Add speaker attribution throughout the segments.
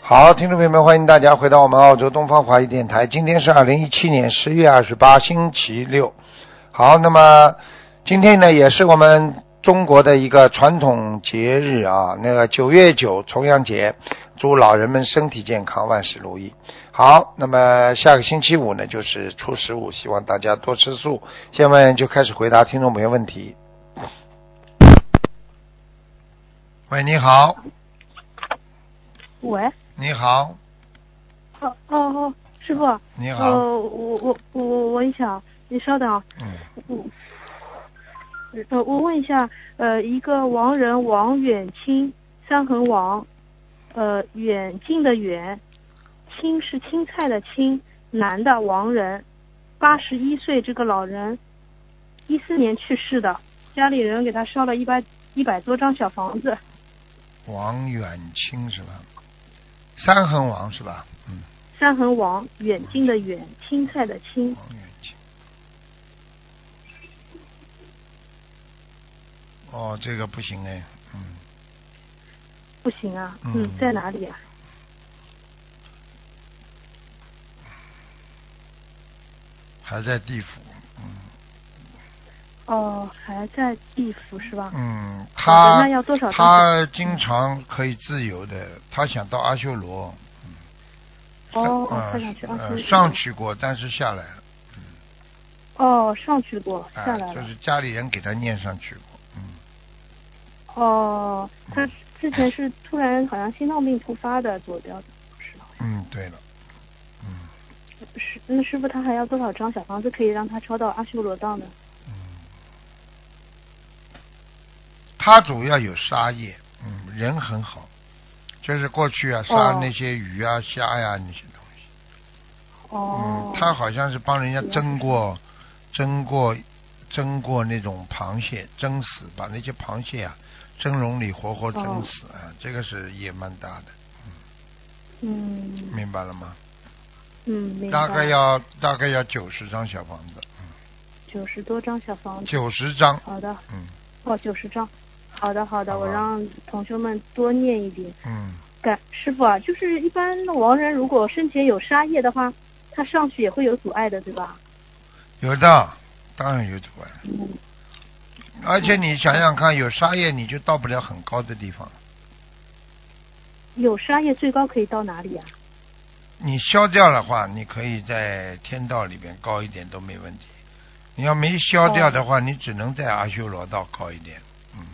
Speaker 1: 好，听众朋友们，欢迎大家回到我们澳洲东方华语电台。今天是二零一七年十月二十八，星期六。好，那么今天呢，也是我们中国的一个传统节日啊，那个九月九重阳节，祝老人们身体健康，万事如意。好，那么下个星期五呢，就是初十五，希望大家多吃素。下面就开始回答听众朋友问题。喂，你好，
Speaker 2: 喂，
Speaker 1: 你好，
Speaker 2: 哦哦哦，师傅，
Speaker 1: 你好，
Speaker 2: 呃，我我我我问一下啊，你稍等啊，
Speaker 1: 嗯，
Speaker 2: 我呃，我问一下，呃，一个王人王远清，三横王，呃，远近的远，青是青菜的青，男的王人，八十一岁，这个老人，一四年去世的，家里人给他烧了一百一百多张小房子，
Speaker 1: 王远清是吧？三横王是吧？嗯，
Speaker 2: 三横王，远近的远，青菜的青，
Speaker 1: 王远清。哦，这个不行哎，嗯，
Speaker 2: 不行啊，
Speaker 1: 嗯
Speaker 2: 嗯，在哪里啊？
Speaker 1: 还在地府，嗯
Speaker 2: 哦，还在地府是吧？
Speaker 1: 嗯，
Speaker 2: 好的
Speaker 1: 他
Speaker 2: 啊那要多少张
Speaker 1: 他经常可以自由的，他想到阿修罗，呃
Speaker 2: 哦，哦他想去阿修
Speaker 1: 呃
Speaker 2: 罗
Speaker 1: 上去过，但是下来了，
Speaker 2: 哦，上去过，
Speaker 1: 哎、
Speaker 2: 下来了。
Speaker 1: 就是家里人给他念上去过，嗯，
Speaker 2: 哦，他之前是突然好像心脏病突发的走掉的，是吧？
Speaker 1: 嗯，对了，嗯
Speaker 2: 是那师傅他还要多少张小房子可以让他抄到阿修罗道呢？
Speaker 1: 嗯，他主要有杀业，嗯，人很好，就是过去啊杀
Speaker 2: 哦
Speaker 1: 那些鱼啊、虾呀、那些东西。
Speaker 2: 哦
Speaker 1: 嗯，，他好像是帮人家蒸过、蒸过、蒸过那种螃蟹，蒸死，把那些螃蟹啊蒸笼里活活蒸死、
Speaker 2: 哦
Speaker 1: 啊，这个是也蛮大的，
Speaker 2: 嗯
Speaker 1: 明白了吗？
Speaker 2: 嗯，明白
Speaker 1: 大概要大概要九十张小房子，
Speaker 2: 九十多张小房子。
Speaker 1: 九十张，
Speaker 2: 好的，
Speaker 1: 嗯
Speaker 2: 哦，九十张。好的，好的，
Speaker 1: 好吧
Speaker 2: 我让同学们多念一点。
Speaker 1: 嗯，
Speaker 2: 感师傅啊，就是一般的亡人如果生前有杀业的话，他上去也会有阻碍的，对吧？
Speaker 1: 有的，当然有阻碍，
Speaker 2: 嗯。
Speaker 1: 而且你想想看，有沙业你就到不了很高的地方，
Speaker 2: 有杀业最高可以到哪里啊？
Speaker 1: 你消掉的话，你可以在天道里边高一点都没问题。你要没消掉的话，你只能在阿修罗道高一点。嗯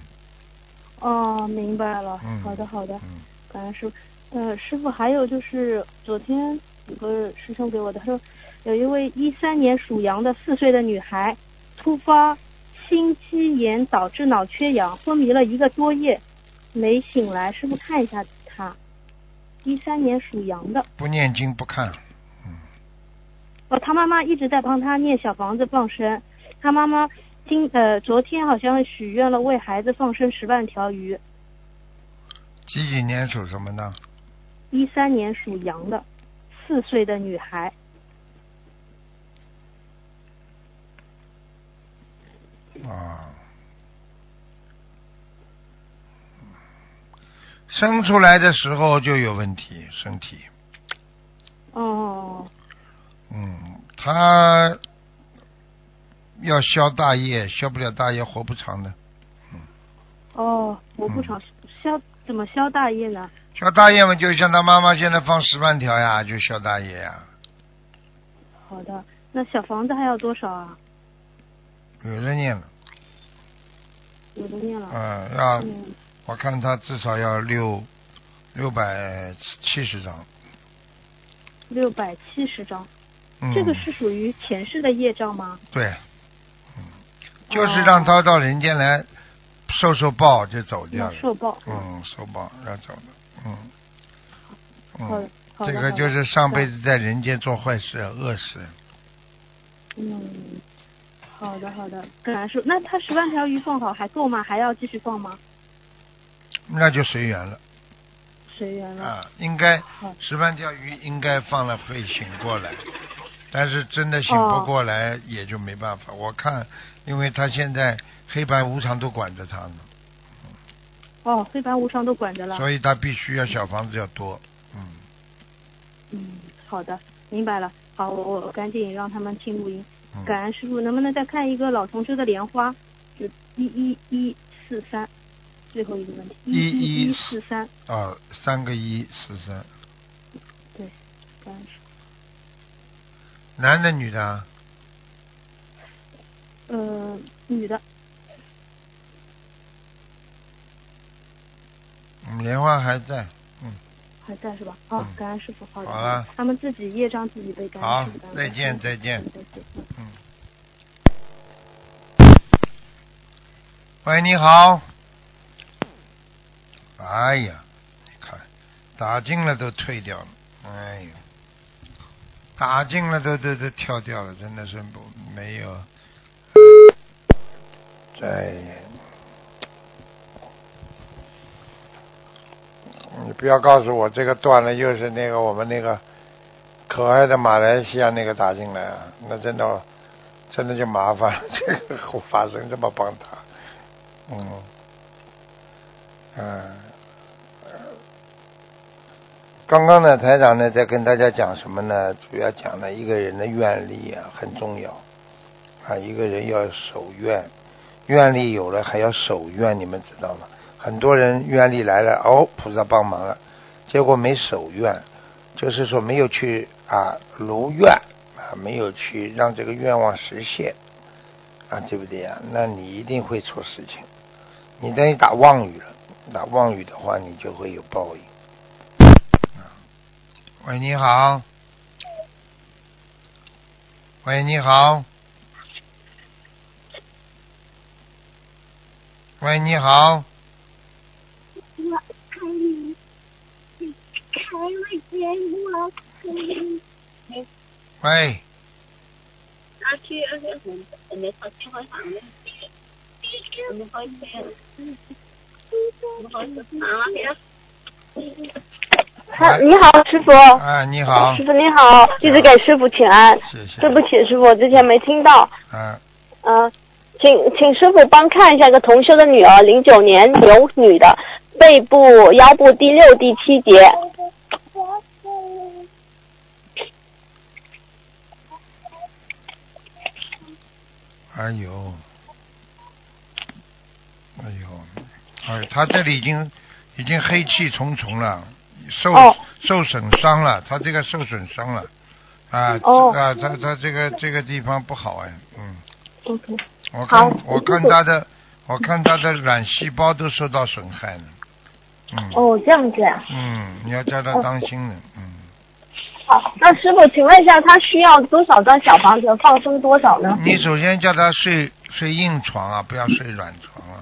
Speaker 2: 哦，明白了。
Speaker 1: 嗯
Speaker 2: 好的，好的，
Speaker 1: 嗯，
Speaker 2: 感恩师傅。呃，师傅还有就是昨天有个师兄给我的，他说有一位一三年属羊的四岁的女孩突发心肌炎导致脑缺氧，昏迷了一个多夜，没醒来。师傅看一下她，一三年属羊的。
Speaker 1: 不念经不看，
Speaker 2: 哦，他妈妈一直在帮他念小房子放生。他妈妈今呃昨天好像许愿了，为孩子放生十万条鱼。
Speaker 1: 几几年属什么呢？
Speaker 2: 一三年属羊的，四岁的女孩。
Speaker 1: 啊，生出来的时候就有问题，身体。
Speaker 2: 哦
Speaker 1: 嗯，他要消大业，消不了大业活不长的。
Speaker 2: 哦，我
Speaker 1: 嗯
Speaker 2: 不常消怎么消大业呢？
Speaker 1: 消大业嘛，就像他妈妈现在放十万条呀，就消大业呀。
Speaker 2: 好的，那小房子还要多少啊？
Speaker 1: 有人念了，
Speaker 2: 有的念了。
Speaker 1: 嗯，要
Speaker 2: 嗯，
Speaker 1: 我看他至少要六六百七十张，
Speaker 2: 六百七十张，
Speaker 1: 嗯，
Speaker 2: 这个是哦属于前世的业障吗？
Speaker 1: 对，嗯，就是让他到人间来受受报就走掉
Speaker 2: 要
Speaker 1: 了，
Speaker 2: 受报。
Speaker 1: 嗯，受报要走了，嗯，
Speaker 2: 好的
Speaker 1: 嗯，，
Speaker 2: 好的。嗯
Speaker 1: 这个
Speaker 2: 好的
Speaker 1: 就是上辈子在人间做坏事、恶事，
Speaker 2: 嗯，好的好的，跟俺说，那他十万条鱼放好还够吗？还要继续放吗？
Speaker 1: 那就随缘了
Speaker 2: 随缘了。
Speaker 1: 啊。应该
Speaker 2: 好
Speaker 1: 十万条鱼应该放了会醒过来，但是真的醒不过来也就没办法。我看，因为他现在黑白无常都管着他呢。
Speaker 2: 哦，黑白无常都管着了。
Speaker 1: 所以他必须要小房子要多，嗯，
Speaker 2: 嗯，好的，明白了。好，我我赶紧让他们听录音。
Speaker 1: 嗯
Speaker 2: 感恩师傅，能不能再看一个老同志的莲花？就一一一四三，最后一个问题。
Speaker 1: 一
Speaker 2: 一
Speaker 1: 一
Speaker 2: 四三，
Speaker 1: 啊，三个一四三，
Speaker 2: 对，感恩师傅。
Speaker 1: 男的女的啊？
Speaker 2: 呃，女的，
Speaker 1: 嗯莲花还在，嗯，
Speaker 2: 还在是吧？啊
Speaker 1: 嗯，
Speaker 2: 感恩师傅，好的。
Speaker 1: 好了
Speaker 2: 他们自己业障自己背，感
Speaker 1: 好
Speaker 2: 恩师傅。感恩
Speaker 1: 再见
Speaker 2: 师父
Speaker 1: 再见
Speaker 2: 嗯再见。嗯
Speaker 1: 嗯。喂，你好。哎呀，你看，打进了都退掉了，哎呀，打进了都都都跳掉了，真的是不没有。哎，你不要告诉我这个断了，又是那个我们那个可爱的马来西亚那个打进来啊，那真的真的就麻烦了，这个护法神这么帮他，嗯，嗯、刚刚呢，台长呢在跟大家讲什么呢？主要讲了一个人的愿力啊很重要啊，一个人要守愿，愿力有了还要守愿，你们知道吗？很多人愿力来了，哦，菩萨帮忙了，结果没守愿，就是说没有去啊如愿啊，没有去让这个愿望实现啊，对不对呀、那你一定会出事情。你等于打妄语了，打妄语的话，你就会有报应。啊喂，你好。喂，你好。喂，你好。
Speaker 3: 我爱你，你开我给我可以。
Speaker 1: 喂，
Speaker 3: 阿去阿去，我们好像好像的，我们好像，我们好像啊呀。
Speaker 4: 啊，你好，师傅。
Speaker 1: 啊，你好
Speaker 4: 哦师，傅你好，弟子给师傅请安。
Speaker 1: 谢谢。
Speaker 4: 对不起，师傅，我之前没听到。
Speaker 1: 啊，
Speaker 4: 嗯、请请师傅帮看一下一个同修的女儿，零九年有女的，背部、腰部第六、第七节。
Speaker 1: 哎呦，哎呦，哎，他这里已经已经黑气重重了，受、
Speaker 4: 哦
Speaker 1: 受损伤了，他这个受损伤了，啊、
Speaker 4: 哦
Speaker 1: 啊，他他这个这个地方不好哎，嗯，
Speaker 4: OK，
Speaker 1: 我看
Speaker 4: 好
Speaker 1: 我看他的我看他的卵细胞都受到损害了，嗯、
Speaker 4: 哦，这样子啊。
Speaker 1: 嗯，你要叫他当心了，嗯，
Speaker 4: 好，那师傅，请问一下，他需要多少张小房子，放生多少呢？
Speaker 1: 你首先叫他睡睡硬床啊，不要睡软床啊，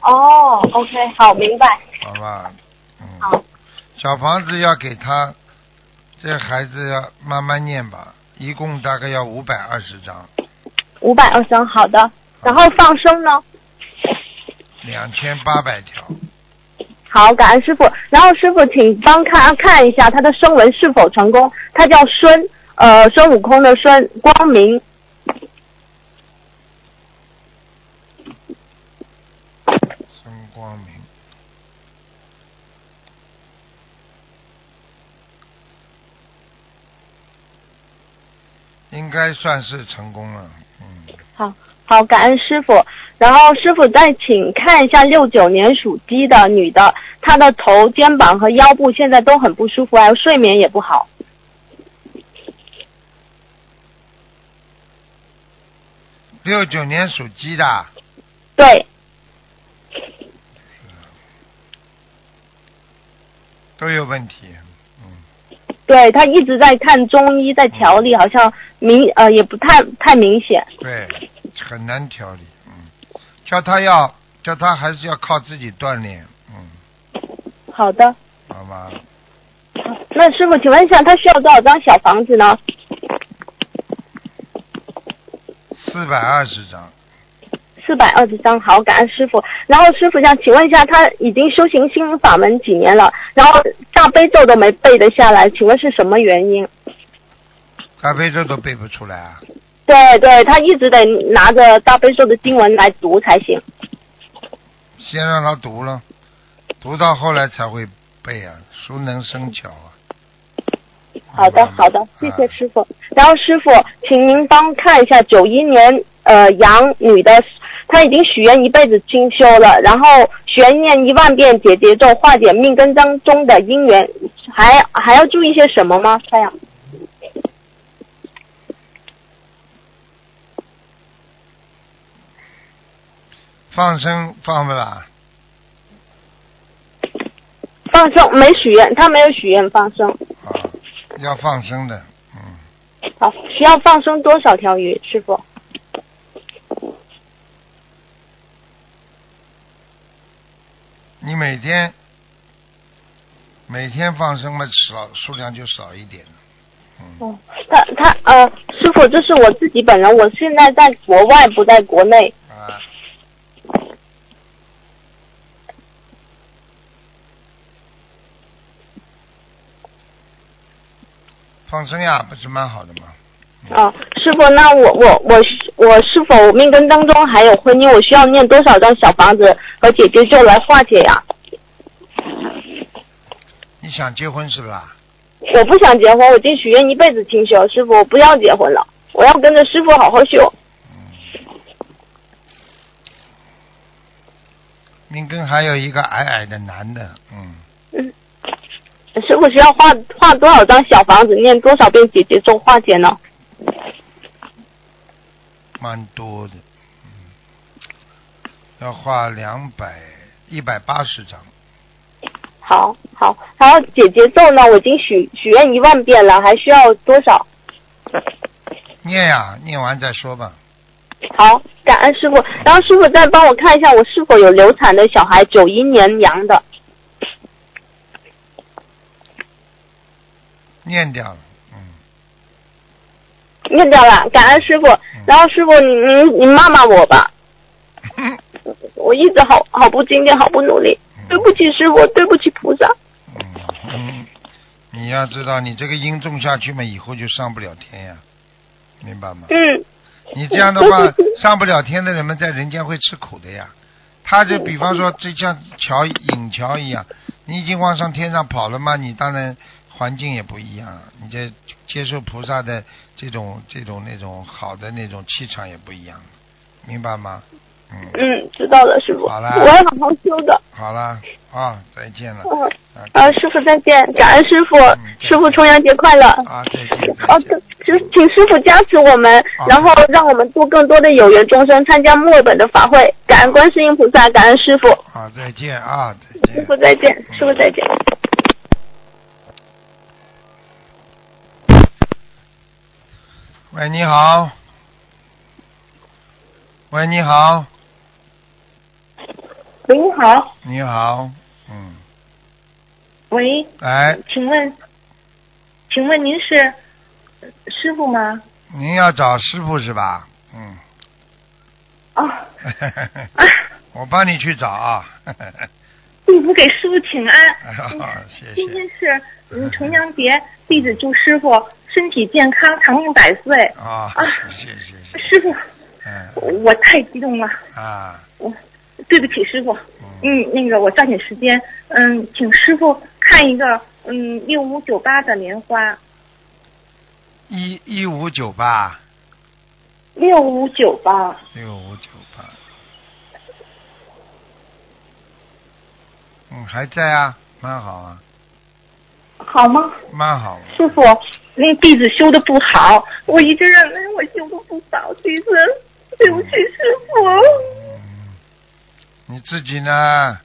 Speaker 4: 哦，OK，好，明白。
Speaker 1: 好吧，嗯。
Speaker 4: 好，
Speaker 1: 小房子要给他，这孩子要慢慢念吧，一共大概要五百二十张，
Speaker 4: 五百二张，好的。然后放生呢？
Speaker 1: 两千八百条。
Speaker 4: 好，感恩师傅。然后师傅，请帮看看一下他的声纹是否成功。他叫孙，呃，孙悟空的孙，光明。
Speaker 1: 孙光明，应该算是成功了，嗯，
Speaker 4: 好，感恩师傅。然后师傅再请看一下六九年属鸡的女的，她的头、肩膀和腰部现在都很不舒服，还有睡眠也不好。
Speaker 1: 六九年属鸡的，
Speaker 4: 对，
Speaker 1: 都有问题，嗯，
Speaker 4: 对，她一直在看中医，在调理，好像明呃也不太太明显。
Speaker 1: 对，很难调理，嗯，叫他要，叫他还是要靠自己锻炼，嗯，
Speaker 4: 好的，
Speaker 1: 好吧，
Speaker 4: 那师傅，请问一下，她需要多少张小房子呢？
Speaker 1: 四百二十张，
Speaker 4: 四百二十张，好，感恩师傅。然后师傅想请问一下，他已经修行心灵法门几年了，然后大悲咒都没背得下来，请问是什么原因？
Speaker 1: 大悲咒都背不出来啊！
Speaker 4: 对对，他一直得拿着大悲咒的经文来读才行。
Speaker 1: 先让他读了，读到后来才会背啊，熟能生巧啊。
Speaker 4: 好的，好的，谢谢师傅。然后师傅，请您帮看一下九一年呃羊女的，她已经许愿一辈子清修了，然后许愿念一万遍解结咒，化解命根当中的姻缘，还还要注意些什么吗？太阳，
Speaker 1: 放生放不啦？
Speaker 4: 放生没许愿，她没有许愿放生。
Speaker 1: 啊，要放生的，嗯，
Speaker 4: 好，需要放生多少条鱼，师傅？
Speaker 1: 你每天每天放生嘛，少数量就少一点了，嗯，
Speaker 4: 哦，他他呃，师傅，这是我自己本人，我现在在国外，不在国内。
Speaker 1: 啊，放生呀，不是蛮好的吗？
Speaker 4: 哦，师傅，那我我我我是否命根当中还有婚姻？我需要念多少张小房子和姐姐咒来化解呀？
Speaker 1: 你想结婚是不啦？
Speaker 4: 我不想结婚，我已经许愿一辈子清修，师傅，我不要结婚了，我要跟着师傅好好修。
Speaker 1: 嗯命根还有一个矮矮的男的，嗯，
Speaker 4: 师傅需要画画多少张小房子，念多少遍姐姐咒化解呢？
Speaker 1: 蛮多的，嗯，要画两百一百八十张，
Speaker 4: 好好，然后姐姐咒呢，我已经许许愿一万遍了，还需要多少？
Speaker 1: 念呀，念完再说吧。
Speaker 4: 好，感恩师傅。然后师傅再帮我看一下，我是否有流产的小孩，九一年羊的。
Speaker 1: 念掉了，嗯，
Speaker 4: 念掉了，感恩师傅。然后师傅，您您骂骂我吧，我一直好好不精进，好不努力，对不起师傅，对不起菩萨。
Speaker 1: 嗯嗯，你要知道，你这个音种下去嘛，以后就上不了天呀，明白吗？
Speaker 4: 嗯，
Speaker 1: 你这样的话，上不了天的人们在人间会吃苦的呀。他就比方说，就像桥引桥一样，你已经往上天上跑了嘛，你当然环境也不一样，你这接受菩萨的这种这种那种好的那种气场也不一样，明白吗？嗯，
Speaker 4: 嗯，知道了，师傅，
Speaker 1: 好啦
Speaker 4: 我要好好修的。
Speaker 1: 好啦，啊，再见了，
Speaker 4: 嗯，
Speaker 1: 啊
Speaker 4: 啊，师傅再见，感恩师傅，
Speaker 1: 嗯再见
Speaker 4: 师傅重阳节快乐。
Speaker 1: 啊，再见，再
Speaker 4: 哦，
Speaker 1: 见，啊
Speaker 4: 请请师傅加持我们，然后让我们度更多的有缘众生参加墨尔本的法会，感恩观世音菩萨，感恩师傅，
Speaker 1: 啊，再见啊，再
Speaker 4: 师
Speaker 1: 见
Speaker 4: 傅。再见，师傅再见。
Speaker 1: 喂，你好。喂，你好，
Speaker 5: 喂，你好，
Speaker 1: 你好，嗯，
Speaker 5: 喂，
Speaker 1: 哎，
Speaker 5: 请问，请问您是师傅吗？
Speaker 1: 您要找师傅是吧？嗯，
Speaker 5: 哦，啊，
Speaker 1: 我帮你去找啊。
Speaker 5: 弟子给师傅请安。
Speaker 1: 啊，谢
Speaker 5: 今天
Speaker 1: 谢。
Speaker 5: 是嗯重阳节，弟子祝师傅身体健康，长命百岁。
Speaker 1: 啊
Speaker 5: 啊，
Speaker 1: 谢谢谢谢。
Speaker 5: 师傅，
Speaker 1: 嗯
Speaker 5: 我太激动了，
Speaker 1: 啊，
Speaker 5: 我对不起师傅。
Speaker 1: 嗯，
Speaker 5: 嗯，那个我抓紧时间，嗯，请师傅看一个嗯六五九八的莲花，
Speaker 1: 一一五九八
Speaker 5: 六五九八，
Speaker 1: 六五九八。嗯，还在啊，蛮好啊，
Speaker 5: 好吗？
Speaker 1: 蛮好。啊
Speaker 5: 师傅，那弟子修的不好，我一直认为我修的不好，弟子对不起师傅。
Speaker 1: 嗯，你自己呢，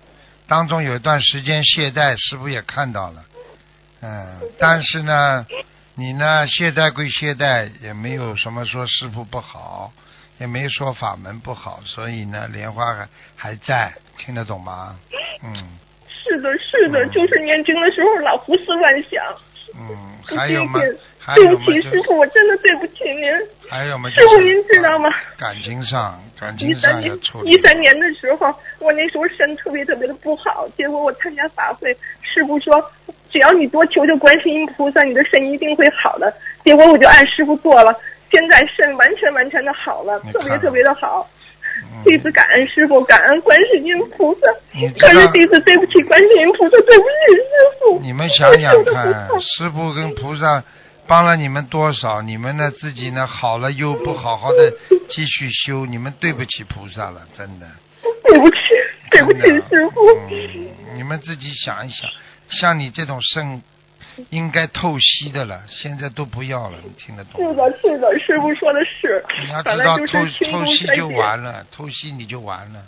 Speaker 1: 当中有一段时间懈怠，师傅也看到了，嗯，但是呢，你呢懈怠归懈怠，也没有什么说师傅不好，也没说法门不好，所以呢，莲花还还在，听得懂吗？嗯
Speaker 5: 是的，是的，就是念经的时候老胡思乱想。
Speaker 1: 嗯，
Speaker 5: 不
Speaker 1: 还有吗
Speaker 5: 谢谢？
Speaker 1: 还
Speaker 5: 对
Speaker 1: 有
Speaker 5: 不
Speaker 1: 吗？
Speaker 5: 起，
Speaker 1: 就
Speaker 5: 师傅，我真的对不起您。
Speaker 1: 还有吗？
Speaker 5: 师傅，您知道吗？
Speaker 1: 感情上，感
Speaker 5: 一
Speaker 1: 情
Speaker 5: 三
Speaker 1: 上
Speaker 5: 年
Speaker 1: 要处，理
Speaker 5: 一。三年的时候，我那时候身特别特别的不好，结果我参加法会，师傅说，只要你多求求观世音菩萨，你的肾一定会好的。结果我就按师傅做了，现在肾完全完全的好了
Speaker 1: 你，
Speaker 5: 特
Speaker 1: 看
Speaker 5: 别
Speaker 1: 看
Speaker 5: 特别的好。弟子感恩师傅，感恩观世音菩萨
Speaker 1: 嗯你。知道
Speaker 5: 可是弟子对不起观世音菩萨，对不起师傅。
Speaker 1: 你们想想看，师傅跟菩萨帮了你们多少？你们呢自己呢好了又不好好的继续修，你们对不起菩萨了，真的。
Speaker 5: 对不起，对不起
Speaker 1: 真的
Speaker 5: 师傅。
Speaker 1: 嗯，你们自己想一想，像你这种肾应该透析的了，现在都不要了，你听得懂
Speaker 5: 是
Speaker 1: 吗？
Speaker 5: 的，是的，师傅说的是
Speaker 1: 你要，
Speaker 5: 本
Speaker 1: 知
Speaker 5: 来
Speaker 1: 道
Speaker 5: 就
Speaker 1: 透
Speaker 5: 是轻
Speaker 1: 透
Speaker 5: 功
Speaker 1: 析
Speaker 5: 衰
Speaker 1: 就
Speaker 5: 竭。
Speaker 1: 完了，透析你就完了，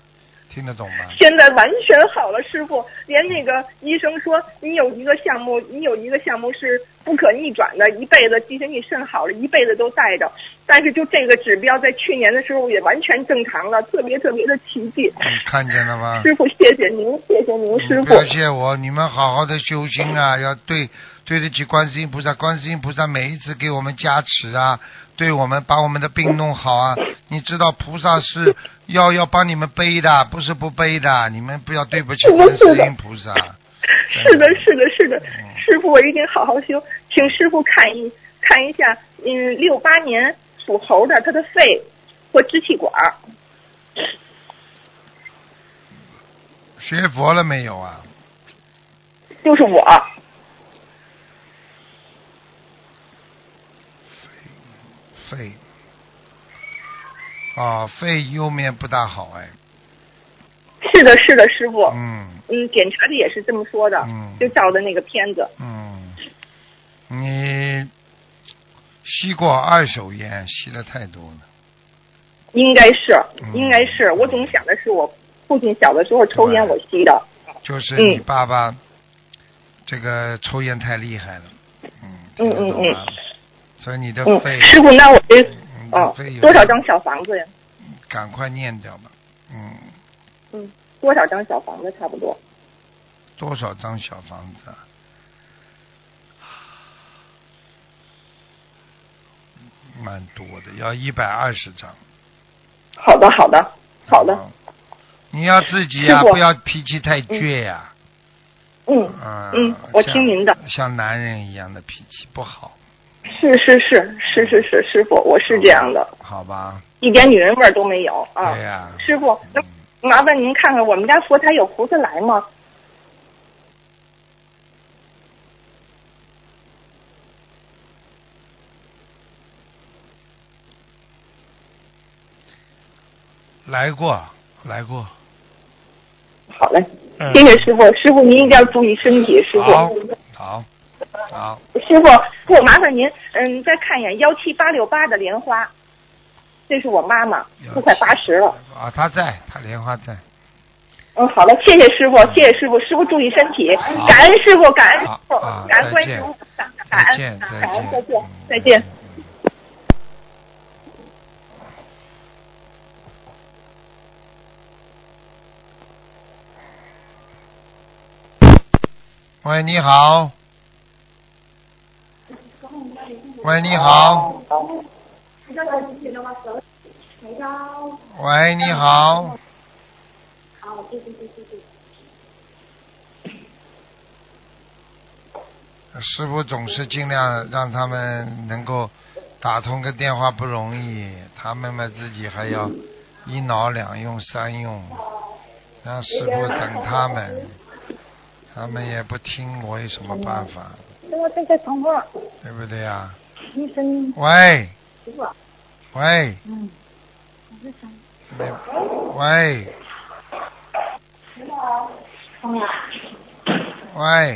Speaker 1: 听得懂吗？
Speaker 5: 现在完全好了，师傅，连那个医生说你有一个项目，你有一个项目是不可逆转的，一辈子即使你肾好了，一辈子都带着。但是就这个指标，在去年的时候也完全正常了，特别特别的奇迹。
Speaker 1: 你看见了吗？
Speaker 5: 师傅，谢谢您，谢谢您，师
Speaker 1: 你嗯
Speaker 5: 傅
Speaker 1: 不。要谢我，你们好好的修心啊，要对对得起观世音菩萨，观世音菩萨每一次给我们加持啊，对我们把我们的病弄好啊。你知道菩萨 是要要帮你们背的，不是不背的，你们不要对不起
Speaker 5: 是的
Speaker 1: 观世
Speaker 5: 是的
Speaker 1: 音菩萨。
Speaker 5: 是的，是的，是的，
Speaker 1: 哦
Speaker 5: 师傅，我一定好好修，请师傅看一看一下，嗯，六八年属猴的，他的肺和支气管儿
Speaker 1: 学佛了没有啊？
Speaker 5: 就是我，
Speaker 1: 肺，啊，肺右面不大好哎，
Speaker 5: 是的，是的，师傅，
Speaker 1: 嗯
Speaker 5: 嗯，检查的也是这么说的，
Speaker 1: 嗯
Speaker 5: 就照的那个片子，
Speaker 1: 嗯，你吸过二手烟，吸的太多了。
Speaker 5: 应该是，
Speaker 1: 嗯
Speaker 5: 应该是，我总想的是我父亲小的时候抽烟
Speaker 1: 对
Speaker 5: 我吸的，
Speaker 1: 就是你
Speaker 5: 嗯
Speaker 1: 爸爸这个抽烟太厉害了，嗯，听
Speaker 5: 嗯
Speaker 1: 得懂吗
Speaker 5: 嗯
Speaker 1: 所以你的
Speaker 5: 嗯
Speaker 1: 肺，，
Speaker 5: 师傅，那我这
Speaker 1: 嗯，你的
Speaker 5: 哦
Speaker 1: 肺有，
Speaker 5: 多少张小房子呀？
Speaker 1: 赶快念掉吧，嗯，
Speaker 5: 嗯，多少张小房子差不多？
Speaker 1: 多少张小房子啊？蛮多的，要一百二十张。
Speaker 5: 好的，好的，好的，
Speaker 1: 吧。你要自己呀、
Speaker 5: 师傅
Speaker 1: 不要脾气太倔呀、
Speaker 5: 嗯
Speaker 1: 啊
Speaker 5: 嗯，我
Speaker 1: 像
Speaker 5: 听您的。
Speaker 1: 像男人一样的脾气不好，
Speaker 5: 是是是是是是，师傅，我是这样的，
Speaker 1: 好吧？
Speaker 5: 一点女人味儿都没有啊
Speaker 1: 对。哎呀、
Speaker 5: 师傅，那
Speaker 1: 嗯
Speaker 5: 麻烦您看看我们家佛台有菩萨来吗？
Speaker 1: 来过，来过。
Speaker 5: 好嘞，
Speaker 1: 嗯
Speaker 5: 谢谢师傅，师傅您一定要注意身体，师
Speaker 1: 好
Speaker 5: 傅。，
Speaker 1: 好，好，
Speaker 5: 师傅，不麻烦您，嗯，再看一眼幺七八六八的莲花，这是我妈妈，都快八十了。
Speaker 1: 啊，他在，他莲花在，
Speaker 5: 嗯，好的，谢谢师傅，谢谢师傅，师傅注意身体，
Speaker 1: 好
Speaker 5: 感恩师傅，感恩师
Speaker 1: 好
Speaker 5: 傅
Speaker 1: 啊，
Speaker 5: 感
Speaker 1: 再
Speaker 5: 恩观世
Speaker 1: 见
Speaker 5: 音菩萨，感
Speaker 1: 再见，
Speaker 5: 恩，
Speaker 1: 再
Speaker 5: 感恩，再
Speaker 1: 见
Speaker 5: 见，，
Speaker 1: 嗯
Speaker 5: 再见。。
Speaker 1: 嗯喂，你好。喂，你好。喂，你好。师傅总是尽量让他们能够打通个电话不容易，他们嘛自己还要一脑两用三用，让师傅等他们，他们也不听，我有什么办法？
Speaker 6: 我这个通话，
Speaker 1: 对不对呀、
Speaker 6: 你声音
Speaker 1: 喂，
Speaker 6: 师傅，
Speaker 1: 喂，
Speaker 6: 嗯，我是想，
Speaker 1: 没喂，
Speaker 6: 哎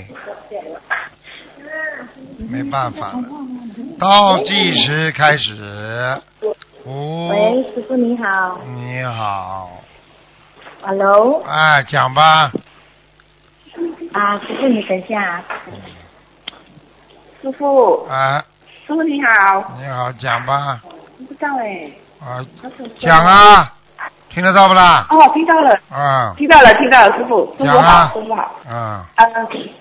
Speaker 6: 呀，
Speaker 1: 喂，没办
Speaker 6: 嗯
Speaker 1: 法了，倒计时开始，
Speaker 6: 喂
Speaker 1: 五，，
Speaker 6: 师傅你好
Speaker 1: 你好，
Speaker 6: ，Hello，
Speaker 1: 哎，讲吧，
Speaker 6: 啊，师傅你等一下啊，师傅，
Speaker 1: 啊，
Speaker 6: 师傅你好，
Speaker 1: 你好，讲吧，
Speaker 6: 不知道哎，
Speaker 1: 啊，讲啊，听得到不啦？
Speaker 6: 哦，听到了，
Speaker 1: 啊，
Speaker 6: 听到了，听到了，师傅，师
Speaker 1: 讲
Speaker 6: 傅
Speaker 1: 啊
Speaker 6: 好，师傅好，
Speaker 1: 啊，
Speaker 6: 呃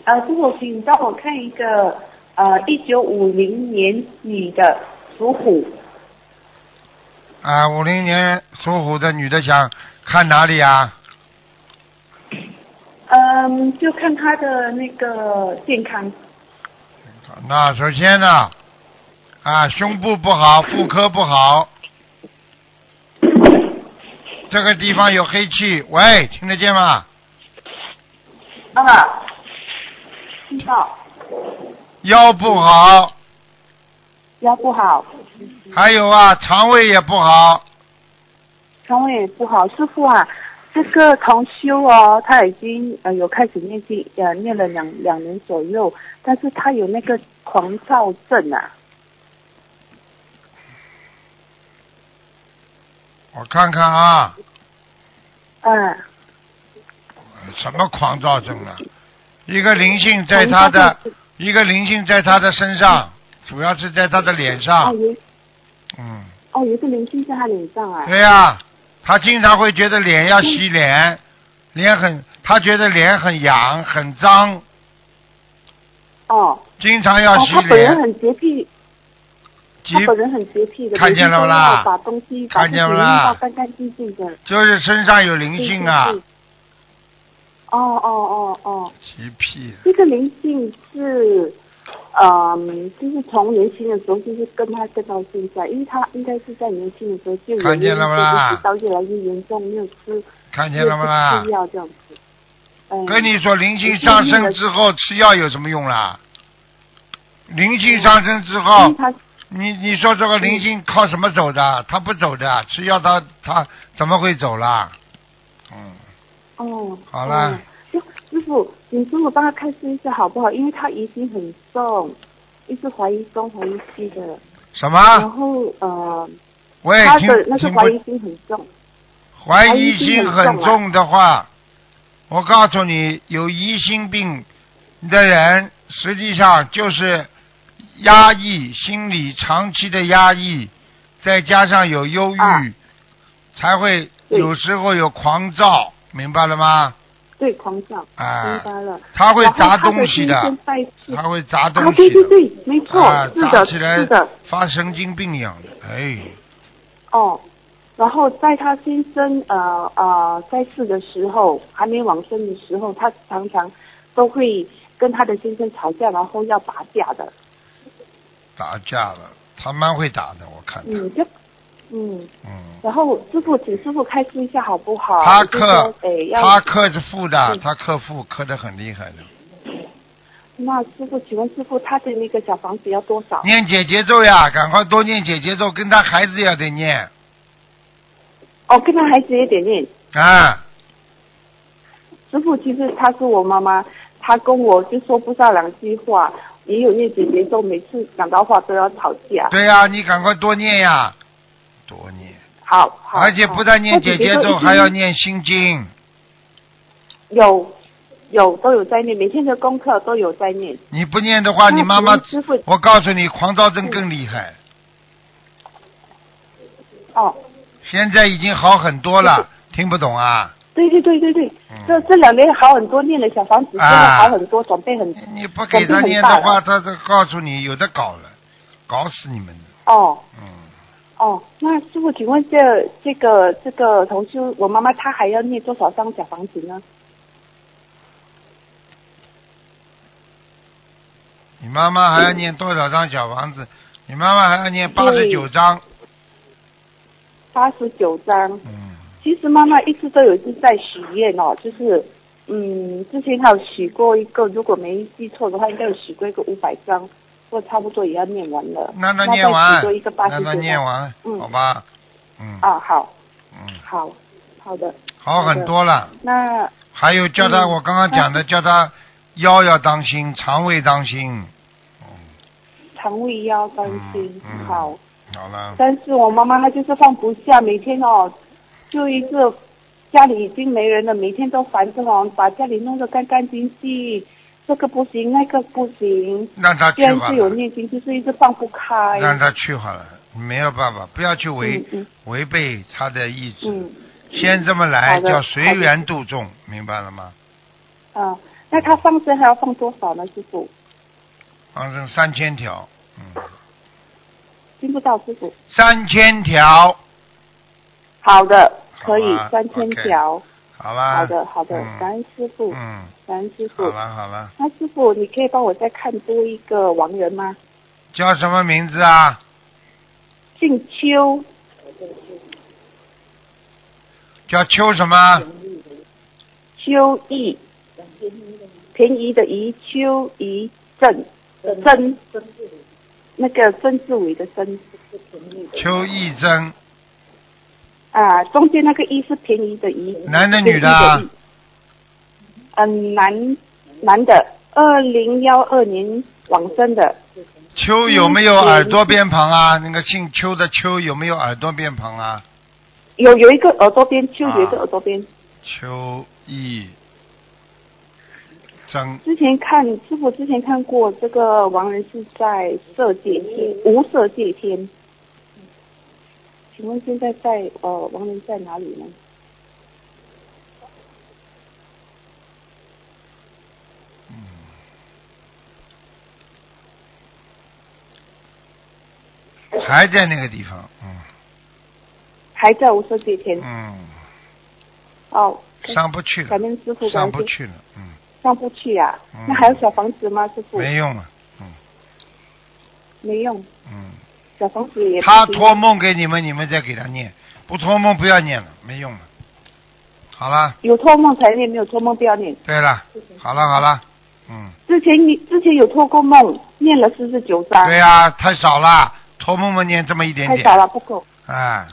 Speaker 6: 呃，师傅，请帮我看一个呃一九五零年女的属虎，
Speaker 1: 啊，五零年属虎的女的想看哪里啊？
Speaker 6: 嗯、就看她的那个健康，
Speaker 1: 那首先呢，啊，胸部不好，妇科不好，这个地方有黑气，喂，听得见吗？
Speaker 6: 啊，听到
Speaker 1: 腰不好，
Speaker 6: 腰不好，
Speaker 1: 还有啊，肠胃也不好，
Speaker 6: 肠胃也不好。师傅啊，这个同修哦，他已经呃有开始念经，呃念了两两年左右，但是他有那个狂躁症啊。
Speaker 1: 我看看啊，
Speaker 6: 嗯，
Speaker 1: 什么狂躁症啊？一个灵性在他的，一个灵性在他的身上，主要是在他的脸
Speaker 6: 哦
Speaker 1: 上，
Speaker 6: 有
Speaker 1: 嗯，
Speaker 6: 哦有一个灵性在他脸上啊。
Speaker 1: 对呀、他经常会觉得脸要洗脸，脸很，他觉得脸很痒很脏，
Speaker 6: 哦，
Speaker 1: 经常要
Speaker 6: 哦
Speaker 1: 洗
Speaker 6: 他本人
Speaker 1: 脸，
Speaker 6: 很洁癖，
Speaker 1: 急
Speaker 6: 他本人很洁癖的，
Speaker 1: 看见了不啦
Speaker 6: 每天都要把东西
Speaker 1: 看见不啦
Speaker 6: 把自己弄到干干净净的。
Speaker 1: 就是身上有灵性啊
Speaker 6: 是。，是是哦哦哦哦，
Speaker 1: 急屁的，
Speaker 6: 这个灵性是，嗯，就是从年轻的时候，就是跟他跟到现在，因为他应该是在年轻的时候就有
Speaker 1: 看见了不啦
Speaker 6: 一直到越来越严重，没有吃，
Speaker 1: 看
Speaker 6: 没
Speaker 1: 见
Speaker 6: 有
Speaker 1: 了不啦
Speaker 6: 吃？药这样子。嗯，
Speaker 1: 跟你说，灵性上升之后吃药有什么用啦？灵性上升之
Speaker 6: 因为
Speaker 1: 后，
Speaker 6: 他
Speaker 1: 你你说这个灵性靠什么走的？他不走的，吃药他他怎么会走啦？嗯，
Speaker 6: 哦，
Speaker 1: 好啦
Speaker 6: 嗯师师傅，你帮我帮他开示一下好不好？因为他疑心很重，一直怀疑东怀疑西的，
Speaker 1: 什
Speaker 6: 然
Speaker 1: 么？
Speaker 6: 后呃，
Speaker 1: 喂，
Speaker 6: 他
Speaker 1: 听
Speaker 6: 的那个
Speaker 1: 听
Speaker 6: 怀疑
Speaker 1: 不？
Speaker 6: 心很重。
Speaker 1: 怀
Speaker 6: 疑
Speaker 1: 心
Speaker 6: 心
Speaker 1: 很
Speaker 6: 很
Speaker 1: 重的话，我告诉你，有疑心病的人，实际上就是压抑心理长期的压抑，再加上有忧郁，
Speaker 6: 啊
Speaker 1: 才会
Speaker 6: 对
Speaker 1: 有时候有狂躁，明白了吗？
Speaker 6: 对，狂躁，
Speaker 1: 啊
Speaker 6: 明白了。
Speaker 1: 他会
Speaker 6: 然后
Speaker 1: 砸
Speaker 6: 他
Speaker 1: 东西
Speaker 6: 精神败气
Speaker 1: 他会砸东
Speaker 6: 啊，
Speaker 1: 西
Speaker 6: 对对
Speaker 1: 的，
Speaker 6: 对，没错，
Speaker 1: 啊，
Speaker 6: 是
Speaker 1: 砸
Speaker 6: 的，
Speaker 1: 起来
Speaker 6: 是的，
Speaker 1: 发神经病一样的，哎，
Speaker 6: 哦。然后在他先生呃呃在世的时候，还没往生的时候，他常常都会跟他的先生吵架，然后要打架的。
Speaker 1: 打架了，他蛮会打的，我看他，
Speaker 6: 嗯，就嗯，
Speaker 1: 嗯。
Speaker 6: 然后师傅请师傅开示一下好不好？
Speaker 1: 他
Speaker 6: 就说
Speaker 1: 克
Speaker 6: 哎，要
Speaker 1: 他克是负的，
Speaker 6: 嗯
Speaker 1: 他克负克的很厉害的。
Speaker 6: 那师傅，请问师傅他的那个小房子要多少？
Speaker 1: 念姐姐咒呀，赶快多念姐姐咒，跟他孩子也得念
Speaker 6: 哦，跟他孩子也得念。
Speaker 1: 啊。
Speaker 6: 师傅，其实她是我妈妈，她跟我就说不上两句话，也有念姐姐咒，每次讲到话都要吵架。
Speaker 1: 对呀，你赶快多念呀，多念。
Speaker 6: 好，好
Speaker 1: 而且
Speaker 6: 好
Speaker 1: 不但念
Speaker 6: 她
Speaker 1: 姐
Speaker 6: 姐
Speaker 1: 姐咒，
Speaker 6: 咒，
Speaker 1: 还要念心经。
Speaker 6: 有有都有在念，每天的功课都有在念。
Speaker 1: 你不念的话，
Speaker 6: 那
Speaker 1: 你妈妈
Speaker 6: 请问师傅，
Speaker 1: 我告诉你，狂躁症
Speaker 6: 嗯
Speaker 1: 更厉害。
Speaker 6: 哦，
Speaker 1: 现在已经好很多了，听不懂啊？
Speaker 6: 对对对对对，
Speaker 1: 嗯
Speaker 6: 这这两年好很多，念了小房子，真的
Speaker 1: 啊
Speaker 6: 好很多，准备很
Speaker 1: 你你不给他念的话，他这告诉你有的搞了，搞死你们的。
Speaker 6: 哦。
Speaker 1: 嗯，
Speaker 6: 哦，那师傅，请问这这个这个同修，我妈妈她还要念多少张小房子呢？
Speaker 1: 你妈妈还要念多少张小房子？你妈妈还要念八十九
Speaker 6: 对
Speaker 1: 张。
Speaker 6: 八十九张。
Speaker 1: 嗯，
Speaker 6: 其实妈妈一直都有一直在许愿哦，就是嗯，之前还有许过一个，如果没记错的话，应该有许过一个五百张，不过差不多也要念完了。
Speaker 1: 那他
Speaker 6: 再
Speaker 1: 念
Speaker 6: 许
Speaker 1: 完
Speaker 6: 多一个，八
Speaker 1: 那
Speaker 6: 十
Speaker 1: 他念完，
Speaker 6: 嗯
Speaker 1: 好吧？嗯
Speaker 6: 啊，好，
Speaker 1: 嗯，
Speaker 6: 好，好的。
Speaker 1: 好很多了。
Speaker 6: 那
Speaker 1: 还有叫他，
Speaker 6: 嗯
Speaker 1: 我刚刚讲的，叫他腰要当心，肠胃当心。
Speaker 6: 肠胃要担心，
Speaker 1: 嗯嗯
Speaker 6: 好。
Speaker 1: 好了，
Speaker 6: 但是我妈妈她就是放不下，每天哦，就一个家里已经没人了，每天都烦着哦，把家里弄得干干净净，这个不行，那个不行。
Speaker 1: 让他去
Speaker 6: 虽然
Speaker 1: 好
Speaker 6: 是有
Speaker 1: 了，
Speaker 6: 念经，就是一直放不开。
Speaker 1: 让他去好了，没有办法，不要去违
Speaker 6: 嗯嗯
Speaker 1: 违背他的意志。
Speaker 6: 嗯
Speaker 1: 先这么来
Speaker 6: 好的
Speaker 1: 叫随
Speaker 6: 好的
Speaker 1: 缘度众，明白了吗？
Speaker 6: 啊，那她放生还要放多少呢，师傅？
Speaker 1: 放生三千条，嗯，
Speaker 6: 听不到师傅。
Speaker 1: 三千条，
Speaker 6: 好的，可以
Speaker 1: 好啊
Speaker 6: 三千
Speaker 1: OK
Speaker 6: 条。
Speaker 1: 好啦。
Speaker 6: 好的，好的，
Speaker 1: 嗯
Speaker 6: 感恩师傅，
Speaker 1: 嗯，
Speaker 6: 感恩师
Speaker 1: 好
Speaker 6: 傅。
Speaker 1: 了好了，
Speaker 6: 那师傅，你可以帮我再看多一个亡人吗？
Speaker 1: 叫什么名字啊？
Speaker 6: 姓邱，
Speaker 1: 叫邱什么？
Speaker 6: 秋意，便宜的宜，秋怡正，曾，那个曾志伟的曾，
Speaker 1: 邱义珍，
Speaker 6: 啊，中间那个一是便宜的宜，
Speaker 1: 男的
Speaker 6: 便
Speaker 1: 女
Speaker 6: 宜
Speaker 1: 的啊
Speaker 6: 的宜，嗯，男男的，二零幺二年往生的，
Speaker 1: 邱有没有耳朵边旁
Speaker 6: 嗯
Speaker 1: 啊？那个姓邱的邱有没有耳朵边旁啊？
Speaker 6: 有有一个耳朵边，秋有一个
Speaker 1: 啊
Speaker 6: 耳朵边。
Speaker 1: 邱义珍，
Speaker 6: 之前看师傅之前看过这个亡人是在色界天，无色界天。请问现在在呃亡人在哪里呢？
Speaker 1: 还在那个地方，嗯
Speaker 6: 还在无色界天
Speaker 1: 嗯，
Speaker 6: 哦，
Speaker 1: 上不去了
Speaker 6: 感，恩师傅
Speaker 1: 上
Speaker 6: 关
Speaker 1: 不
Speaker 6: 心，
Speaker 1: 去了，嗯，
Speaker 6: 上不去啊
Speaker 1: 嗯。
Speaker 6: 那还有小房子吗？师傅
Speaker 1: 没用了，嗯
Speaker 6: 没用，
Speaker 1: 嗯。
Speaker 6: 小房子也不
Speaker 1: 他
Speaker 6: 行
Speaker 1: 托梦给你们，你们再给他念，不托梦不要念了，没用了。好了，
Speaker 6: 有托梦才念，没有托梦不要念。
Speaker 1: 对了，好了好了，嗯，
Speaker 6: 之前你之前有托过梦，念了四十九章，
Speaker 1: 对呀、太少了，托梦嘛念这么一点
Speaker 6: 啊太
Speaker 1: 点，
Speaker 6: 少了不够
Speaker 1: 哎，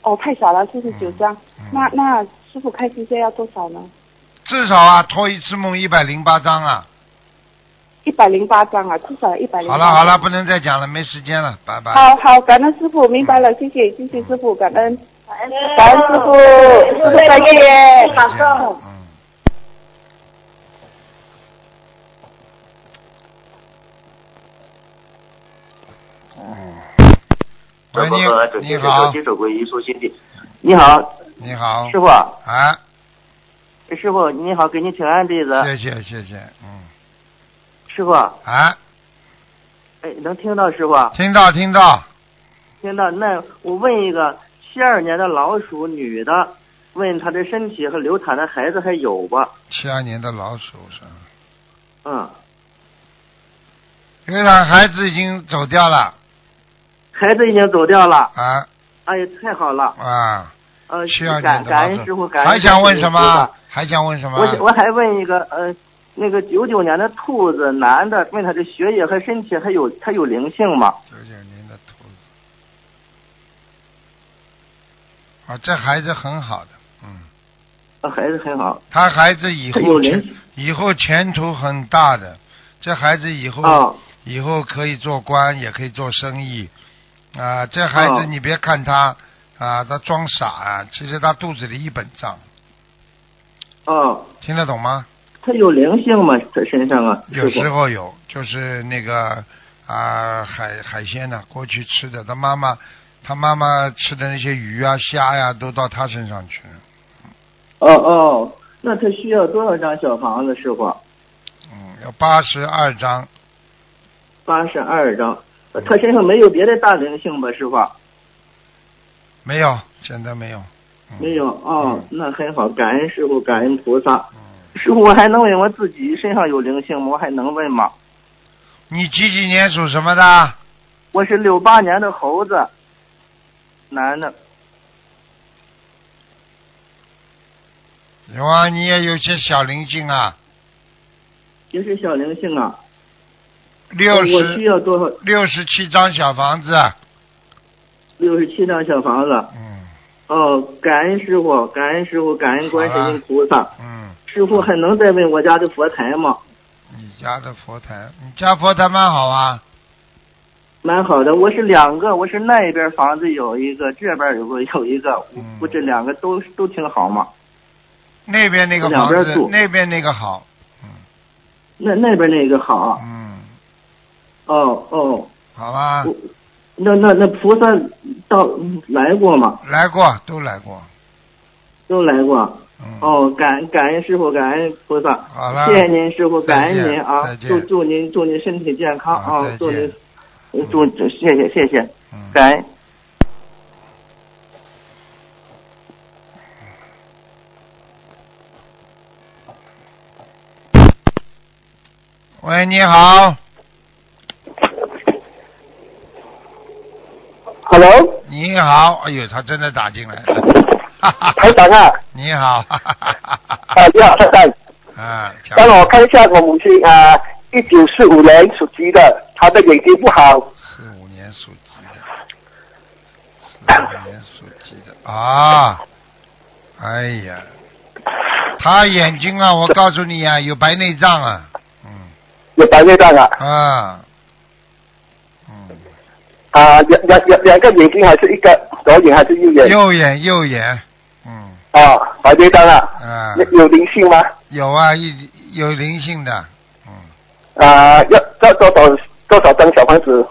Speaker 6: 哦，太少了四十九章。
Speaker 1: 嗯
Speaker 6: 那那师傅开心现在要多少呢？
Speaker 1: 至少啊，托一次梦一百零八张啊。
Speaker 6: 一百零八章啊，至少一百零。
Speaker 1: 好了好了，不能再讲了，没时间了，拜拜。
Speaker 6: 好好，感恩师傅，明白了，谢谢，谢谢师傅，感恩，感恩师傅，师傅再
Speaker 1: 再
Speaker 6: 见。
Speaker 1: 见嗯。嗯喂，
Speaker 7: 怎么
Speaker 1: 你
Speaker 7: 准
Speaker 1: 你
Speaker 7: 确
Speaker 1: 好，
Speaker 7: 接手归一说心地。哎你好，
Speaker 1: 你好，
Speaker 7: 师傅啊，
Speaker 1: 啊，
Speaker 7: 师傅你好，给您请安弟子。
Speaker 1: 谢谢谢谢，嗯，
Speaker 7: 师傅啊，
Speaker 1: 啊，
Speaker 7: 哎，能听到师傅啊？
Speaker 1: 听到听到，
Speaker 7: 听到。那我问一个，七二年的老鼠女的，问她的身体和流产的孩子还有吧？
Speaker 1: 七二年的老鼠是吧，
Speaker 7: 嗯，
Speaker 1: 流产孩子已经走掉了，
Speaker 7: 孩子已经走掉了。
Speaker 1: 啊
Speaker 7: 哎呀，太好了。
Speaker 1: 啊，
Speaker 7: 呃，
Speaker 1: 七二
Speaker 7: 感
Speaker 1: 年的
Speaker 7: 感
Speaker 1: 老
Speaker 7: 恩师
Speaker 1: 鼠
Speaker 7: 傅，，感恩
Speaker 1: 还想问什
Speaker 7: 感恩师
Speaker 1: 么
Speaker 7: 傅？啊
Speaker 1: 还想问什么？
Speaker 7: 我想我还问一个，呃，那个九九年的兔子男的，问他的血液和身体还有他有灵性吗？
Speaker 1: 九九年的兔子。啊，这孩子很好的，嗯，
Speaker 7: 呃，孩子很好。
Speaker 1: 他孩子以
Speaker 7: 他有
Speaker 1: 后
Speaker 7: 灵
Speaker 1: 前以后前途很大的，这孩子以后、
Speaker 7: 啊
Speaker 1: 以后可以做官，也可以做生意，啊，这孩子
Speaker 7: 哦
Speaker 1: 你别看他啊，他装傻啊，其实他肚子里一本账，
Speaker 7: 哦，
Speaker 1: 听得懂吗？
Speaker 7: 他有灵性吗？他身上啊，
Speaker 1: 有
Speaker 7: 师
Speaker 1: 时
Speaker 7: 傅。
Speaker 1: 候有，就是那个啊海海鲜呢、过去吃的，他妈妈他妈妈吃的那些鱼啊虾呀、都到他身上去了。
Speaker 7: 哦哦，那他需要多少张小房子，师傅？
Speaker 1: 嗯，要八十二张，
Speaker 7: 八十二张。呃他身上没有别的大灵性吧，师傅？
Speaker 1: 没有，现在没有。嗯、
Speaker 7: 没有。哦，那很好，感恩师傅，感恩菩萨。
Speaker 1: 嗯。
Speaker 7: 师傅，我还能问我自己身上有灵性吗？我还能问吗？
Speaker 1: 你几几年属什么的？
Speaker 7: 我是六八年的猴子，男的。
Speaker 1: 有啊，你也有些小灵性啊。
Speaker 7: 也是小灵性啊。
Speaker 1: 六
Speaker 7: 我需
Speaker 1: 十
Speaker 7: 要多少？
Speaker 1: 六十七张小房子。啊
Speaker 7: 六十七张小房子。
Speaker 1: 嗯
Speaker 7: 哦，感恩师傅，感恩师傅，感恩观世音菩萨。
Speaker 1: 嗯，
Speaker 7: 师傅还能再问我家的佛台吗？
Speaker 1: 你家的佛台，你家佛台蛮好啊。
Speaker 7: 蛮好的，我是两个，我是那边房子有一个，这边有个有一个，我
Speaker 1: 嗯
Speaker 7: 我这两个都都挺好嘛。
Speaker 1: 那边那个
Speaker 7: 两
Speaker 1: 房
Speaker 7: 边
Speaker 1: 子
Speaker 7: 住，
Speaker 1: 那边那个好。
Speaker 7: 那那边那个好，啊
Speaker 1: 嗯，
Speaker 7: 哦哦，
Speaker 1: 好吧，
Speaker 7: 我那那那菩萨到来过吗？
Speaker 1: 来过，都来过。
Speaker 7: 都来过。
Speaker 1: 嗯。
Speaker 7: 哦，感感恩师傅，感恩菩萨。
Speaker 1: 好了
Speaker 7: 谢谢您师傅，感
Speaker 1: 再
Speaker 7: 恩
Speaker 1: 见
Speaker 7: 您啊
Speaker 1: 再，见
Speaker 7: 祝祝您祝您身体健康
Speaker 1: 好
Speaker 7: 啊
Speaker 1: 再，
Speaker 7: 祝
Speaker 1: 见
Speaker 7: 您祝祝谢谢谢谢，
Speaker 1: 嗯。
Speaker 7: 感恩。
Speaker 1: 喂，你好，
Speaker 8: Hello，
Speaker 1: 你好，哎呦，他真的打进来了。哈哈
Speaker 8: 台长啊，
Speaker 1: 你好， 哈哈哈哈
Speaker 8: 啊，你好，台长，
Speaker 1: 啊，讲
Speaker 8: 帮我看一下我母亲啊，一九四五年属鸡的，她的眼睛不好，
Speaker 1: 四五年属鸡的，四五年属鸡的啊，哎呀，他眼睛啊，我告诉你啊，有白内障啊，嗯
Speaker 8: 有白内障啊，
Speaker 1: 啊，嗯，
Speaker 8: 啊，两两两两个眼睛还是一个左眼还是右眼？
Speaker 1: 右眼右眼，嗯
Speaker 8: 啊，白内障啊，
Speaker 1: 啊，
Speaker 8: 有有灵性吗？
Speaker 1: 有啊，一有灵性的，嗯，
Speaker 8: 啊，要要多少多少张小房子？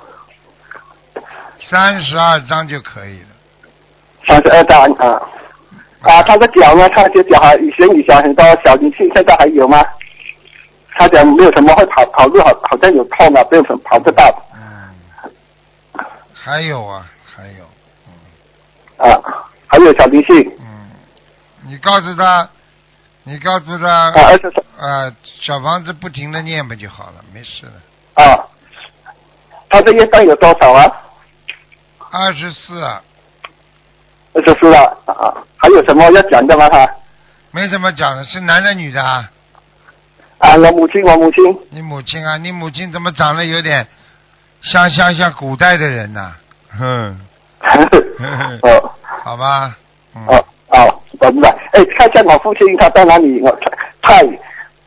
Speaker 1: 三十二张就可以了。
Speaker 8: 三十二张啊。啊，他的脚呢？他的脚还以前以前很多小灵性，现在还有吗？他讲没有什么会跑跑路好，好像有痛啊，没有什么跑不到
Speaker 1: 嗯，还有啊，还有，嗯
Speaker 8: 啊，还有小灵性
Speaker 1: 嗯，你告诉他，你告诉他，
Speaker 8: 啊，二十三
Speaker 1: 呃，小房子不停的念不就好了，没事
Speaker 8: 啊，
Speaker 1: 了。
Speaker 8: 他的业障有多少啊？
Speaker 1: 二十四啊，
Speaker 8: 二十四了啊，还有什么要讲的吗？他
Speaker 1: 没什么讲的，是男的女的啊？
Speaker 8: 啊，我母亲，我母亲
Speaker 1: 你母亲啊，你母亲怎么长得有点像像像古代的人呐、哼，
Speaker 8: 哦
Speaker 1: 好吧，嗯，
Speaker 8: 哦哦，我明白。哎，看一下我父亲他在哪里？我太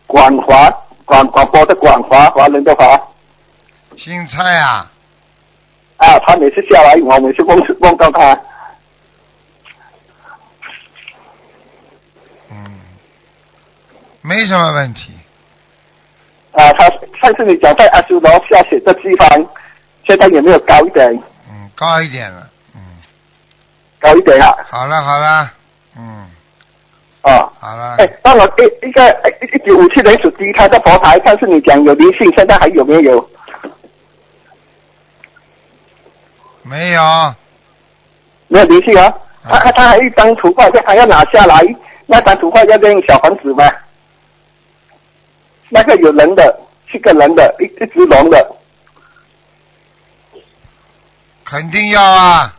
Speaker 8: 广华广广播的广华，华人的华
Speaker 1: 姓蔡啊，
Speaker 8: 啊。他每次下来，我每次梦梦到他
Speaker 1: 嗯，没什么问题，
Speaker 8: 啊。他上次你讲在阿修罗下雪的地方，现在有没有高一点？
Speaker 1: 嗯，高一点了，嗯，
Speaker 8: 高一点啊？
Speaker 1: 好了好了，嗯，
Speaker 8: 啊。
Speaker 1: 好了
Speaker 8: 哎，，那我一一个哎一九五七年属鸡，他在佛台，上次你讲有灵性，现在还有没有？
Speaker 1: 没有，
Speaker 8: 没有灵性啊？
Speaker 1: 啊
Speaker 8: 他他他还有一张图画，还要拿下来，那张图画要练小房子吗？那个有人的，是个人的，一一只龙的，
Speaker 1: 肯定要啊，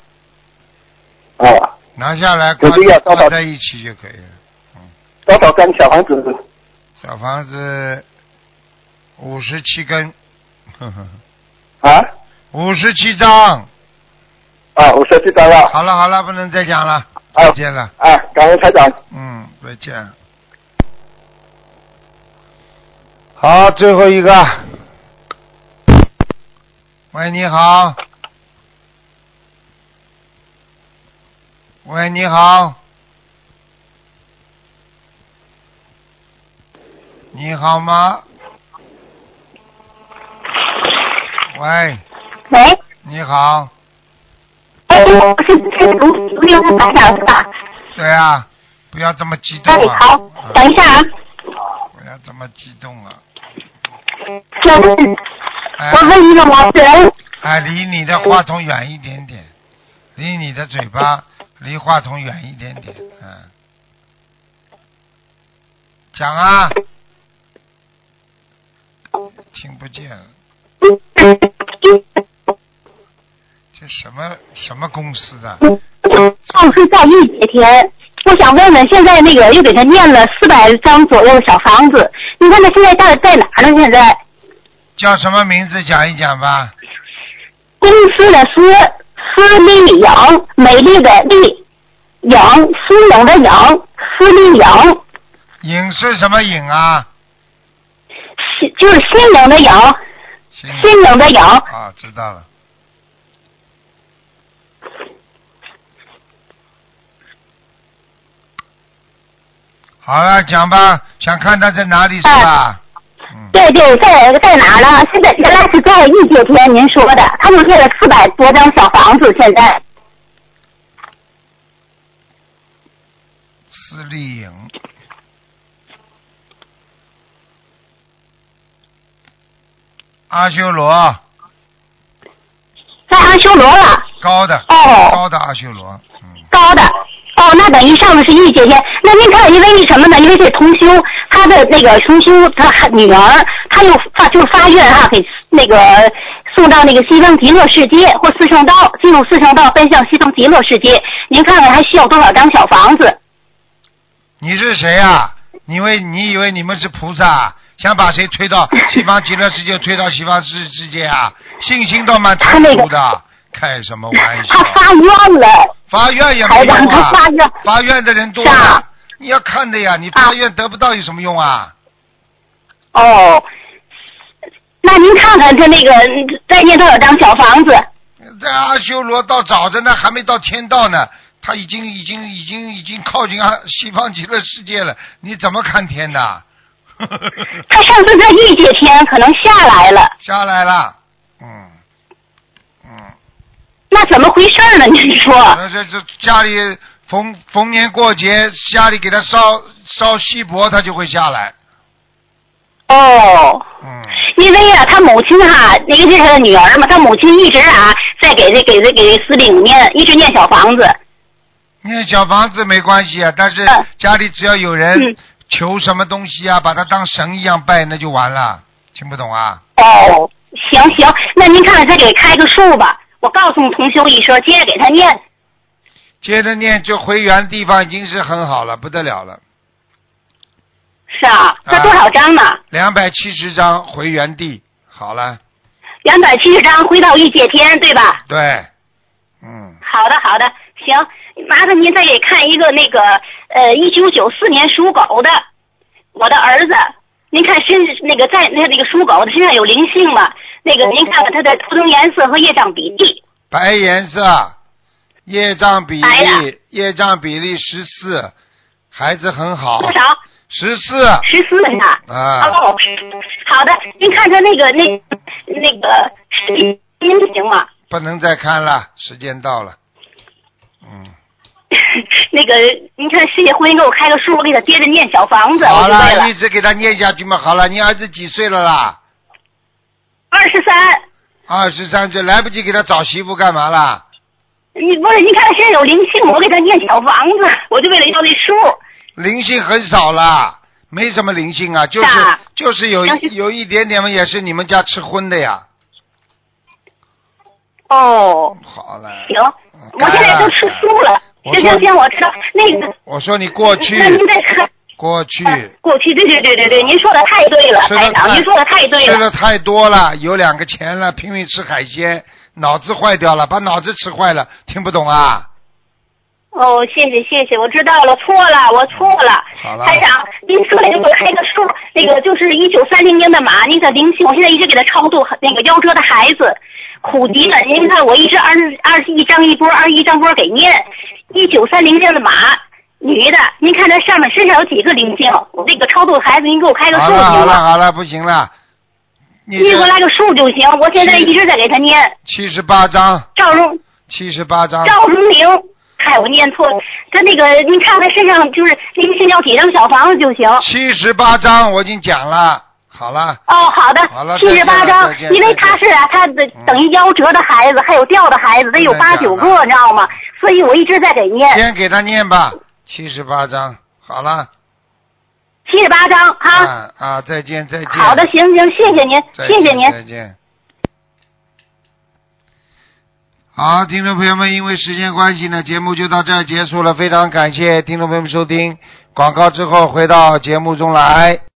Speaker 8: 啊，
Speaker 1: 拿下来挂
Speaker 8: 肯定要到
Speaker 1: 挂
Speaker 8: 到
Speaker 1: 在一起就可以了。嗯
Speaker 8: 多少根小房子？
Speaker 1: 小房子五十七根，呵呵，
Speaker 8: 啊
Speaker 1: 五十七张。
Speaker 8: 啊，我说知道了，
Speaker 1: 好了好了，不能再讲了，
Speaker 8: 啊
Speaker 1: 再见了，
Speaker 8: 啊，感恩台长。
Speaker 1: 嗯，再见。好，最后一个。喂，你好。喂，你好。你好吗？喂，
Speaker 3: 喂，
Speaker 1: 你好。
Speaker 3: 哎，是是卢卢刘是台长是吧？
Speaker 1: 对啊，不要这么激动
Speaker 3: 哎，
Speaker 1: 啊！
Speaker 3: 好，等一下啊，
Speaker 1: 不要这么激动啊！
Speaker 3: 我问，
Speaker 1: 哎
Speaker 3: 我问一个毛病，
Speaker 1: 哎，离你的话筒远一点点，离你的嘴巴离话筒远一点点，嗯。讲啊，听不见了，这什么什么公司的？
Speaker 3: 上次在一几天，我想问问，现在那个又给他念了四百张左右的小房子，你看他现在在在哪儿呢？现在
Speaker 1: 叫什么名字？讲一讲吧。
Speaker 3: 公司的司，司令杨，美丽的丽，杨，苏阳的杨，司令杨，
Speaker 1: 影是什么影啊？
Speaker 3: 心就是心灵的杨，
Speaker 1: 姓
Speaker 3: 心灵的杨。
Speaker 1: 啊，知道了。好了，讲吧，想看他在哪里是吧？嗯，
Speaker 3: 对对，在在哪儿呢？现在原来是在一九天，您说的，他们列了四百多张小房子，现在
Speaker 1: 私立营。阿修罗，
Speaker 3: 在阿修罗了，
Speaker 1: 高的，
Speaker 3: 哦
Speaker 1: 高的阿修罗，嗯，
Speaker 3: 高的。哦，那等于上的是一九天。那您看，因为什么呢？因为这同修，他的那个同修，他女儿，他又发就发愿哈、给那个送到那个西方极乐世界或四圣道，进入四圣道，奔向西方极乐世界。您看看还需要多少张小房子？
Speaker 1: 你是谁啊？你以为你以为你们是菩萨啊？想把谁推 到西方极乐世界，推到西方世世界啊？信心倒蛮充足的，开什么玩笑
Speaker 3: 他？发愿了，
Speaker 1: 法院也没
Speaker 3: 台长
Speaker 1: 用啊
Speaker 3: 他发愿，
Speaker 1: 法院的人多
Speaker 3: 是
Speaker 1: 啊
Speaker 3: 啊，
Speaker 1: 你要看的呀，你法院得不到有什么用啊？
Speaker 3: 哦，那您看看他那个再念多少张小房子？
Speaker 1: 在阿修罗道找着呢，还没到天道呢，他已经已经已经已经靠近阿西方极乐世界了，你怎么看天的？
Speaker 3: 他上次在异界天可能下来了，
Speaker 1: 下来了，嗯，嗯，
Speaker 3: 那怎么回事儿呢？您说？
Speaker 1: 那这这家里逢逢年过节，家里给他烧烧锡箔，他就会下来，
Speaker 3: 哦，
Speaker 1: 嗯，
Speaker 3: 因为啊，他母亲哈、那个这是他的女儿嘛，他母亲一直啊在给这给这给司令念，一直念小房子。
Speaker 1: 念小房子没关系啊，但是
Speaker 3: 嗯
Speaker 1: 家里只要有人
Speaker 3: 嗯
Speaker 1: 求什么东西啊，把他当神一样拜，那就完了，听不懂啊？
Speaker 3: 哦，行行，那您看看再给开个数吧。我告诉同修一声，接着给他念。
Speaker 1: 接着念就回原地方已经是很好了，不得了了，
Speaker 3: 是啊，那多少张呢？
Speaker 1: 两百七十张回原地，好了，
Speaker 3: 两百七十张，回到一界天，对吧？
Speaker 1: 对，嗯，
Speaker 3: 好的，好的，行，麻烦您再给看一个那个呃，一九九四年属狗的，我的儿子，您看身那个在那那个属狗的身上有灵性吗？那
Speaker 1: 哦
Speaker 3: 个您看看他的图腾颜色和业障比例，
Speaker 1: 白颜色，业障比
Speaker 3: 白
Speaker 1: 例
Speaker 3: 的，
Speaker 1: 业障比例十四，孩子很好，
Speaker 3: 多少？
Speaker 1: 十四
Speaker 3: 十四是吧？
Speaker 1: 啊，
Speaker 3: 哦，好的，您看他那个那那个您行吗？
Speaker 1: 不能再看了，时间到了，嗯，
Speaker 3: 那个您看事业婚姻给我开个数，我给他接着念小房子，我
Speaker 1: 好
Speaker 3: 就对
Speaker 1: 了，一
Speaker 3: 了，
Speaker 1: 直给他念下去嘛，好了，你儿子几岁了啦？
Speaker 3: 二十三。
Speaker 1: 二十三岁，来不及给他找媳妇干嘛啦？
Speaker 3: 你不是？你看现在有灵性，我给他念小房子，我就为了要那数。
Speaker 1: 灵性很少啦，没什么灵性啊，就是
Speaker 3: 是啊
Speaker 1: 就是有
Speaker 3: 但是
Speaker 1: 有一点点嘛，也是你们家吃荤的呀。
Speaker 3: 哦，
Speaker 1: 好了，
Speaker 3: 行，我现在都吃素了。
Speaker 1: 我
Speaker 3: 行
Speaker 1: 说
Speaker 3: 行行，我知道那个。
Speaker 1: 哎我说你过去
Speaker 3: 那您再看。
Speaker 1: 过去
Speaker 3: 啊过去对对对对对，您说的太对 了，
Speaker 1: 吃的
Speaker 3: 台长，
Speaker 1: 太
Speaker 3: 您哎说的太对
Speaker 1: 吃
Speaker 3: 了。
Speaker 1: 的太多了，有两个钱了，拼命吃海鲜，脑子坏掉了，把脑子吃坏了，听不懂啊？
Speaker 3: 哦，谢谢谢谢，我知道了，错了，我错了。
Speaker 1: 好了
Speaker 3: 台长，您说那个我开个数，那个就是一九三零年的马，那个灵性，我现在一直给他超度那个夭折的孩子，苦极了。您看我一直二十二十一张一波，二十一张波给念。一九三零年的马，女的，您看她上面身上有几个灵性？我那个超度孩子，您给我开个
Speaker 1: 好
Speaker 3: 数
Speaker 1: 了好
Speaker 3: 行
Speaker 1: 了
Speaker 3: 吗？
Speaker 1: 好了，不行了，你
Speaker 3: 您给我来个数就行。我现在一直在给他念
Speaker 1: 七十八章，
Speaker 3: 赵荣
Speaker 1: 七十八章，
Speaker 3: 赵如明，嗨，我念错了。他那个，您看他身上就是灵性要几张小房子就行。
Speaker 1: 七十八章，我已经讲了，好了。
Speaker 3: 哦，好的
Speaker 1: 好了，
Speaker 3: 七十八张
Speaker 1: 再见再，见
Speaker 3: 因为他是啊，他的等于夭折的孩子，还有掉的孩子，得有
Speaker 1: 不能
Speaker 3: 八
Speaker 1: 讲
Speaker 3: 九
Speaker 1: 了
Speaker 3: 个，你知道吗？所以我一直在给念
Speaker 1: 先给他念吧，七十八章，好了，
Speaker 3: 七十八张啊。
Speaker 1: 啊啊，再见再见，
Speaker 3: 好的，行行，谢谢您，
Speaker 1: 再
Speaker 3: 谢
Speaker 1: 见，
Speaker 3: 谢您。
Speaker 1: 再见。好，听众朋友们，因为时间关系呢，节目就到这儿结束了。非常感谢听众朋友们收听，广告之后回到节目中来。